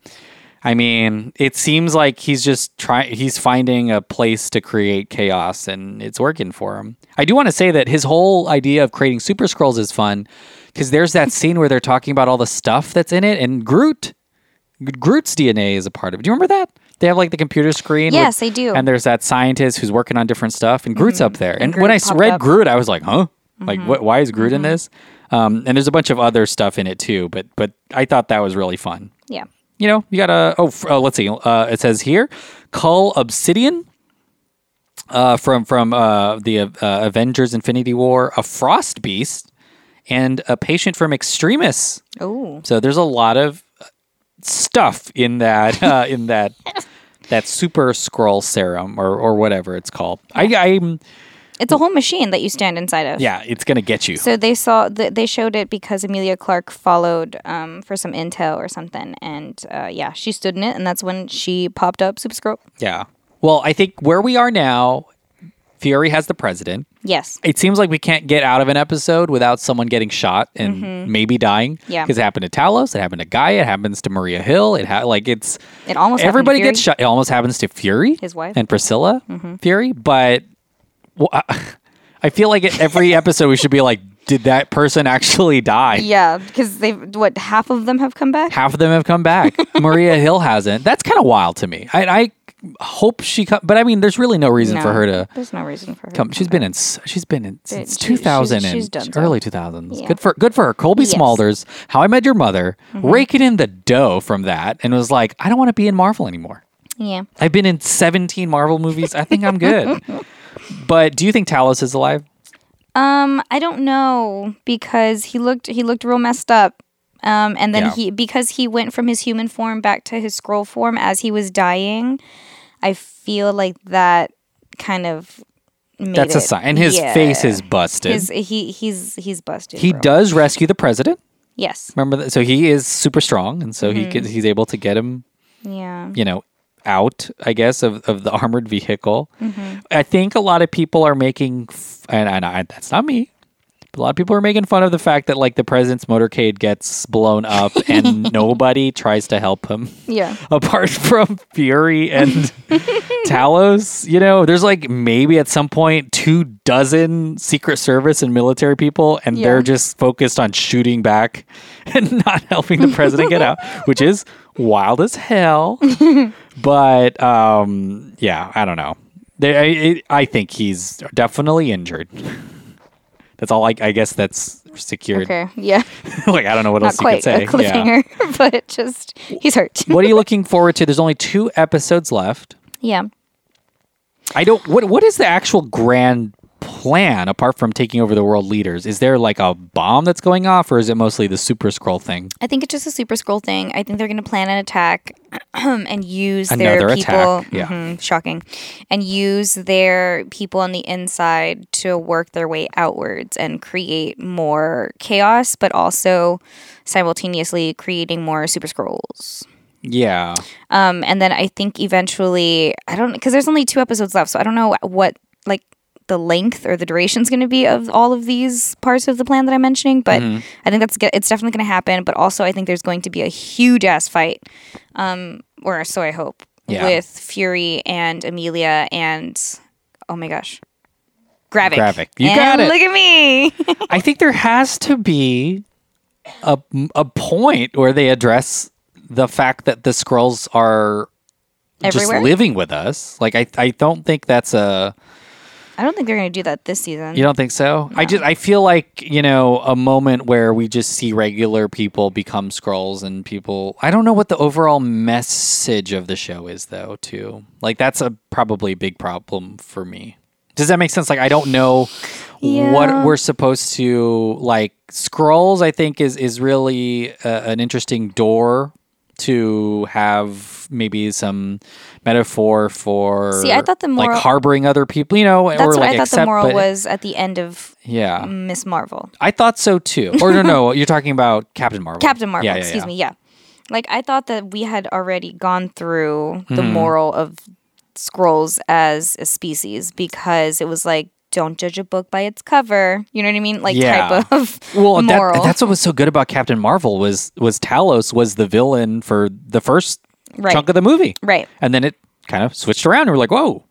Speaker 1: I mean, it seems like he's just trying, he's finding a place to create chaos and it's working for him. I do want to say that his whole idea of creating Super Scrolls is fun because there's that scene where they're talking about all the stuff that's in it and Groot, Groot's DNA is a part of it. Do you remember that? They have like the computer screen.
Speaker 2: Yes, I do. Mm-hmm.
Speaker 1: And there's that scientist who's working on different stuff and Groot's up there. And,
Speaker 2: Groot
Speaker 1: when I
Speaker 2: popped
Speaker 1: read
Speaker 2: up. Mm-hmm.
Speaker 1: Groot, I was like, huh? Like, what, why is Groot in this? Um, and there's a bunch of other stuff in it too, but but I thought that was really fun
Speaker 2: Yeah.
Speaker 1: you know, you gotta. Oh, f- uh, let's see. Uh, it says here, Cull Obsidian uh, from from uh, the uh, Avengers: Infinity War, a frost beast, and a patient from Extremis.
Speaker 2: Oh.
Speaker 1: So there's a lot of stuff in that uh, in that that super scroll serum or or whatever it's called. I, I'm
Speaker 2: It's a whole machine that you stand inside of.
Speaker 1: yeah, it's gonna get you.
Speaker 2: So they saw th- they showed it because Amelia Clark followed um, for some intel or something, and uh, yeah, she stood in it, and that's when she popped up. Super Scroll.
Speaker 1: Yeah. Well, I think where we are now, Fury has the president.
Speaker 2: Yes.
Speaker 1: it seems like we can't get out of an episode without someone getting shot and maybe dying.
Speaker 2: Mm-hmm. Yeah.
Speaker 1: because it happened to Talos, it happened to Gaia, it happens to Maria Hill. It ha- like it's
Speaker 2: It almost happened to
Speaker 1: everybody
Speaker 2: Fury.
Speaker 1: gets shot. It almost happens to Fury,
Speaker 2: His wife. Mm-hmm.
Speaker 1: and Priscilla Fury. But well, I, [laughs] I feel like at
Speaker 2: [laughs]
Speaker 1: every episode we should be like, did that person actually die?
Speaker 2: Yeah, because they what half of them have come back.
Speaker 1: Half of them have come
Speaker 2: [laughs]
Speaker 1: back. Maria Hill hasn't. That's kind of wild to me. I, I hope she, co- but I mean, there's really no reason for her to
Speaker 2: There's no reason for her.
Speaker 1: come.
Speaker 2: to
Speaker 1: She's been in. s- She's been in since
Speaker 2: she's- she's-
Speaker 1: 2000
Speaker 2: she's
Speaker 1: and
Speaker 2: done so.
Speaker 1: early 2000s.
Speaker 2: Yeah.
Speaker 1: Good for good for her. Colby
Speaker 2: Yes. Mm-hmm.
Speaker 1: Smulders, How I Met Your Mother, raking in the dough from that, and was like, I don't want to be in Marvel anymore.
Speaker 2: Yeah.
Speaker 1: I've been in 17 Marvel movies. I think I'm
Speaker 2: [laughs]
Speaker 1: good. but do you think Talos is alive?
Speaker 2: Um, I don't know because he looked he looked real messed up. Um, and then
Speaker 1: Yeah.
Speaker 2: he because he went from his human form back to his scroll form as he was dying. I feel like that kind of made
Speaker 1: That's a
Speaker 2: it-
Speaker 1: sign. And his
Speaker 2: yeah.
Speaker 1: face is busted.
Speaker 2: His, he he's he's busted.
Speaker 1: he
Speaker 2: bro.
Speaker 1: does rescue the president.
Speaker 2: Yes.
Speaker 1: Remember that? So he is super strong, and so he
Speaker 2: Mm-hmm.
Speaker 1: can, he's able to get him
Speaker 2: Yeah.
Speaker 1: you know out i guess of, of the [laughs] armored vehicle i think a lot of people are making f- and, and I, that's not me but a lot of people are making fun of the fact that like the president's motorcade gets blown up and nobody tries to help him
Speaker 2: Yeah.
Speaker 1: apart [laughs] from fury
Speaker 2: [laughs]
Speaker 1: and talos you know there's like maybe at some point two dozen secret service and military people and
Speaker 2: Yeah.
Speaker 1: they're just focused on shooting back [laughs] and not helping the president get
Speaker 2: [laughs]
Speaker 1: out which is wild as hell but um yeah i don't know they, I, I think he's definitely injured that's all i, I guess that's secured
Speaker 2: Okay. Yeah.
Speaker 1: [laughs] like i don't know what
Speaker 2: Not
Speaker 1: else you could
Speaker 2: quite
Speaker 1: say
Speaker 2: a cliffhanger, [laughs] but just he's hurt. [laughs]
Speaker 1: what are you looking forward to there's only two episodes left
Speaker 2: yeah.
Speaker 1: I don't. What What is the actual grand plan apart from taking over the world leaders? Is there like a bomb that's going off, or is it mostly the Super Scroll thing?
Speaker 2: I think it's just a super scroll thing. I think they're going to plan an attack [clears throat] and use
Speaker 1: Another
Speaker 2: their people.
Speaker 1: attack, yeah.
Speaker 2: Mhm, shocking. And use their people on the inside to work their way outwards and create more chaos, but also simultaneously creating more super scrolls.
Speaker 1: Yeah,
Speaker 2: Um, and then I think eventually, I don't, because there's only two episodes left, so I don't know what like the length or the duration's going to be of all of these parts of the plan that I'm mentioning. But
Speaker 1: Mm-hmm.
Speaker 2: I think that's ge- it's definitely going to happen. But also, I think there's going to be a huge ass fight, um, or so I hope,
Speaker 1: Yeah.
Speaker 2: with Fury and Amelia and oh my gosh, Gravik.
Speaker 1: Gravik. You
Speaker 2: And
Speaker 1: got it.
Speaker 2: Look at me. [laughs]
Speaker 1: I think there has to be a a point where they address the fact that the Scrolls are
Speaker 2: Everywhere?
Speaker 1: just living with us. Like I I don't think that's a
Speaker 2: I don't think they're going to do that this season.
Speaker 1: You don't think so? I just I feel like you know a moment where we just see regular people become scrolls and people. I don't know what the overall message of the show is though. Too like that's a probably a big problem for me. Does that make sense? Like I don't know what
Speaker 2: Yeah.
Speaker 1: we're supposed to like. Scrolls, I think, is is really uh, an interesting door to have maybe some metaphor for
Speaker 2: See, I thought the
Speaker 1: like
Speaker 2: moral-
Speaker 1: harboring other people you know
Speaker 2: That's
Speaker 1: or
Speaker 2: what
Speaker 1: like
Speaker 2: I thought the
Speaker 1: accept,
Speaker 2: moral
Speaker 1: but-
Speaker 2: was at the end of
Speaker 1: yeah.
Speaker 2: Miss Marvel.
Speaker 1: I thought so too. Or no, no, you're talking about Captain Marvel.
Speaker 2: Captain Marvel,
Speaker 1: Yeah, yeah,
Speaker 2: excuse
Speaker 1: yeah.
Speaker 2: me. Yeah. Like I thought that we had already gone through the
Speaker 1: Hmm.
Speaker 2: moral of scrolls as a species because it was like don't judge a book by its cover. You know what I mean? Like
Speaker 1: Yeah.
Speaker 2: type of [laughs]
Speaker 1: Well, that,
Speaker 2: moral.
Speaker 1: that's what was so good about Captain Marvel was was Talos was the villain for the first
Speaker 2: Right.
Speaker 1: chunk of the movie.
Speaker 2: Right.
Speaker 1: And then it kind of switched around. And we're like, whoa.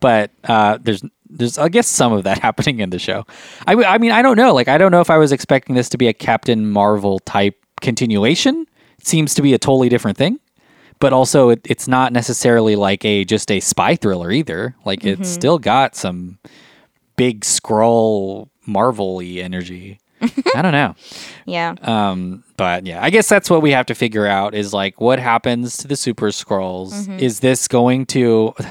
Speaker 1: But uh, there's there's I guess some of that [laughs] happening in the show. I, w- I mean I don't know. Like I don't know if I was expecting this to be a Captain Marvel type continuation. It seems to be a totally different thing. But also it, it's not necessarily like a just a spy thriller either. Like it's still got some big scroll marvel energy. I don't know.
Speaker 2: Yeah.
Speaker 1: Um, but yeah, I guess that's what we have to figure out is like what happens to the super scrolls. Is this going to? [sighs]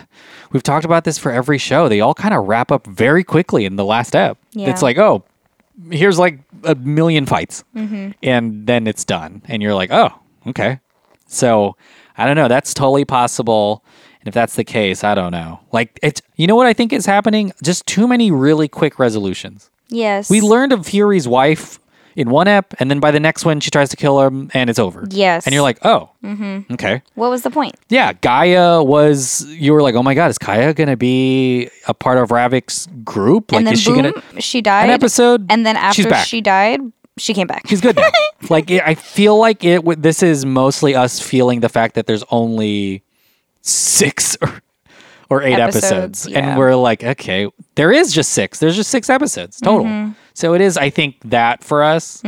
Speaker 1: We've talked about this for every show. They all kind of wrap up very quickly in the last ep.
Speaker 2: Yeah.
Speaker 1: It's like oh, here's like a million fights, and then it's done, and you're like oh okay. So I don't know. That's totally possible. And if that's the case, I don't know. Like it's you know what I think is happening? Just too many really quick resolutions.
Speaker 2: yes.
Speaker 1: We learned of Fury's wife in one ep, and then by the next one, she tries to kill him, and it's over.
Speaker 2: Yes.
Speaker 1: And you're like, oh, mm-hmm. okay.
Speaker 2: What was the point?
Speaker 1: Yeah, Gaia was, you were like, oh my God, is Gaia going to be a part of Ravik's group? Like,
Speaker 2: and then
Speaker 1: is she
Speaker 2: boom,
Speaker 1: going to.
Speaker 2: she died.
Speaker 1: An episode.
Speaker 2: And then
Speaker 1: she's
Speaker 2: after
Speaker 1: back.
Speaker 2: she died, she came back.
Speaker 1: She's good now. like it, I feel like it. w- This is mostly us feeling the fact that there's only six [laughs] or, or eight episodes,
Speaker 2: Episodes, yeah.
Speaker 1: and we're like, okay, there is just six. There's just six episodes total. So it is, I think, that for us,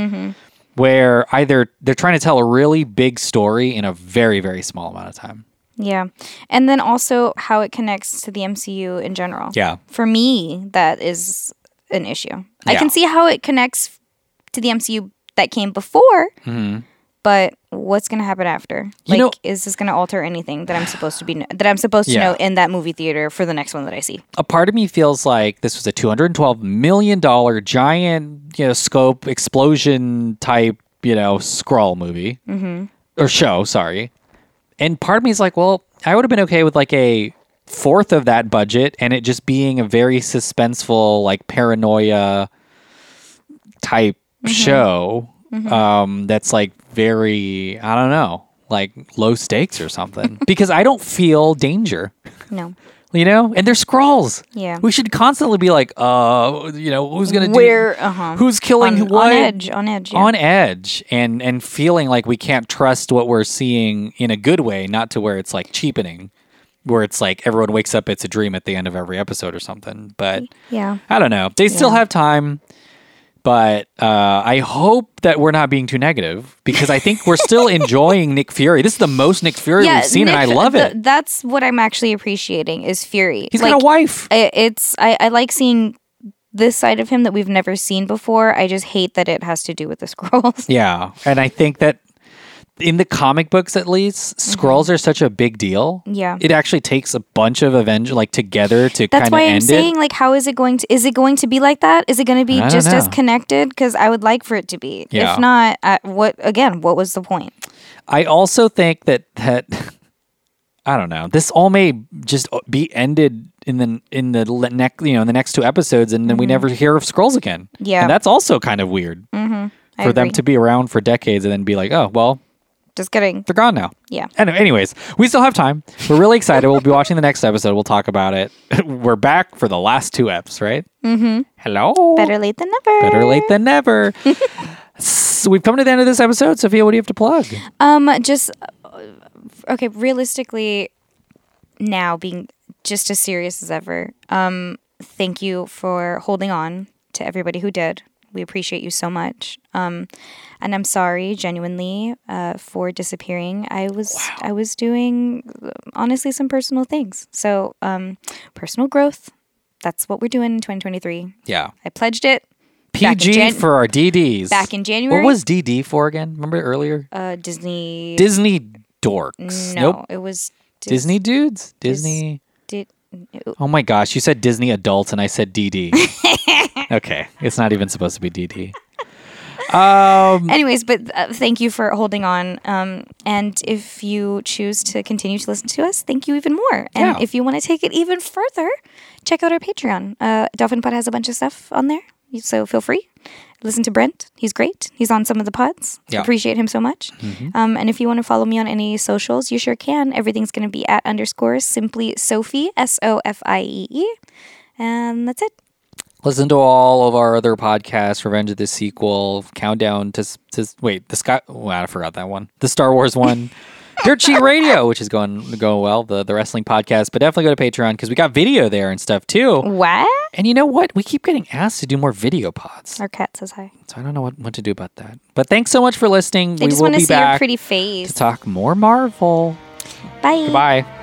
Speaker 1: where either they're trying to tell a really big story in a very very small amount of time.
Speaker 2: Yeah. And then also how it connects to the MCU in general.
Speaker 1: Yeah.
Speaker 2: For me, that is an issue. I
Speaker 1: Yeah.
Speaker 2: can see how it connects to the MCU that came before, but what's going to happen after? like,
Speaker 1: Mm-hmm. know-
Speaker 2: is this going to alter anything that I'm supposed to be that I'm supposed
Speaker 1: Yeah.
Speaker 2: to know in that movie theater for the next one that I see?
Speaker 1: a part of me feels like this was a 212 million dollar giant you know scope explosion type you know scroll movie or show sorry and part of me is like well i would have been okay with like a fourth of that budget and it just being a very suspenseful like paranoia type show um that's like very i don't know like low stakes or something because i don't feel danger
Speaker 2: No.
Speaker 1: you know, and they're scrolls.
Speaker 2: Yeah.
Speaker 1: we should constantly be like, uh, you know, who's gonna
Speaker 2: Where-
Speaker 1: do,
Speaker 2: uh-huh.
Speaker 1: who's killing
Speaker 2: On, on
Speaker 1: what
Speaker 2: edge, on edge. Yeah.
Speaker 1: on edge, and and feeling like we can't trust what we're seeing in a good way, not to where it's like cheapening, where it's like everyone wakes up, it's a dream at the end of every episode or something. But
Speaker 2: yeah.
Speaker 1: I don't know, they still
Speaker 2: Yeah.
Speaker 1: have time. But uh, I hope that we're not being too negative because I think we're
Speaker 2: [laughs]
Speaker 1: still enjoying Nick Fury. This is the most Nick Fury we've seen, and I
Speaker 2: Nick-
Speaker 1: love
Speaker 2: th-
Speaker 1: it.
Speaker 2: That's what I'm actually appreciating is Fury.
Speaker 1: He's
Speaker 2: like,
Speaker 1: got a wife.
Speaker 2: I- it's I, I like seeing this side of him that we've never seen before. I just hate that it has to do with the [laughs] scrolls.
Speaker 1: Yeah, and I think that in the comic books, at least, scrolls are such a big deal.
Speaker 2: Mm-hmm. Yeah.
Speaker 1: it actually takes a bunch of Avengers like together to kind
Speaker 2: That's
Speaker 1: of
Speaker 2: why
Speaker 1: end
Speaker 2: I'm saying, like, how is it going to? Is it going to be like that? Is it going to be
Speaker 1: I don't
Speaker 2: just as
Speaker 1: know.
Speaker 2: connected? Because I would like for it to be.
Speaker 1: Yeah.
Speaker 2: If not, uh, what again? What was the point?
Speaker 1: it. I also think that that [laughs] I don't know. This all may just be ended in the in the le- next you know in the next two episodes, and then we never hear of scrolls again.
Speaker 2: Mm-hmm. Yeah. Mm,
Speaker 1: and that's also kind of weird
Speaker 2: I
Speaker 1: for them
Speaker 2: agree.
Speaker 1: to be around for decades and then be like, oh well,
Speaker 2: just kidding.
Speaker 1: they're gone now.
Speaker 2: Yeah.
Speaker 1: Any- anyways, we still have time. We're really excited.
Speaker 2: [laughs]
Speaker 1: we'll be watching the next episode. We'll talk about it. [laughs] We're back for the last two eps, right? Mm-hmm. Hello.
Speaker 2: Better late than never.
Speaker 1: Better
Speaker 2: [laughs]
Speaker 1: late than never. so we've come to the end of this episode. Sophia, what do you have to plug?
Speaker 2: Um, just uh, okay. Realistically, now being just as serious as ever. Um, thank you for holding on to everybody who did. We appreciate you so much. Um, and I'm sorry, genuinely, uh, for disappearing. I was I was doing uh, honestly some personal things. So, um, personal growth. That's what we're doing in 2023.
Speaker 1: Yeah.
Speaker 2: I pledged it Back in
Speaker 1: PG
Speaker 2: Jan-
Speaker 1: for our DDs.
Speaker 2: back in January.
Speaker 1: What was DD for again? Remember earlier?
Speaker 2: uh, Disney?
Speaker 1: Disney dorks.
Speaker 2: no,
Speaker 1: Nope.
Speaker 2: it was
Speaker 1: Disney dudes? Disney.
Speaker 2: Did,
Speaker 1: Oh my gosh, you said Disney adults and I said
Speaker 2: [laughs]
Speaker 1: DD. okay. It's not even supposed to be DD. Um,
Speaker 2: Anyways, but uh, thank you for holding on. Um, and if you choose to continue to listen to us, thank you even more. And
Speaker 1: Yeah.
Speaker 2: if you want to take it even further, check out our Patreon. Uh, Dolphin Pod has a bunch of stuff on there, so feel free. Listen to Brent; he's great. He's on some of the pods.
Speaker 1: Yeah. Mm-hmm.
Speaker 2: Appreciate him so much. Um, and if you want to follow me on any socials, you sure can. Everything's going to be at underscore simply Sophie S O F I E E, and that's it.
Speaker 1: Listen to all of our other podcasts: Revenge of the Sequel, Countdown to to wait the Sky. Oh, I forgot that one. The Star Wars one, Dirt Sheet Radio, which is going going well, the, the wrestling podcast. But definitely go to Patreon because we got video there and stuff too.
Speaker 2: What?
Speaker 1: And you know what? We keep getting asked to do more video pods,
Speaker 2: Our cat says hi.
Speaker 1: so I don't know what, what to do about that. But thanks so much for listening.
Speaker 2: They
Speaker 1: we
Speaker 2: just
Speaker 1: will
Speaker 2: want
Speaker 1: be
Speaker 2: to see your
Speaker 1: back
Speaker 2: pretty
Speaker 1: to
Speaker 2: face.
Speaker 1: talk more Marvel.
Speaker 2: Bye.
Speaker 1: Goodbye.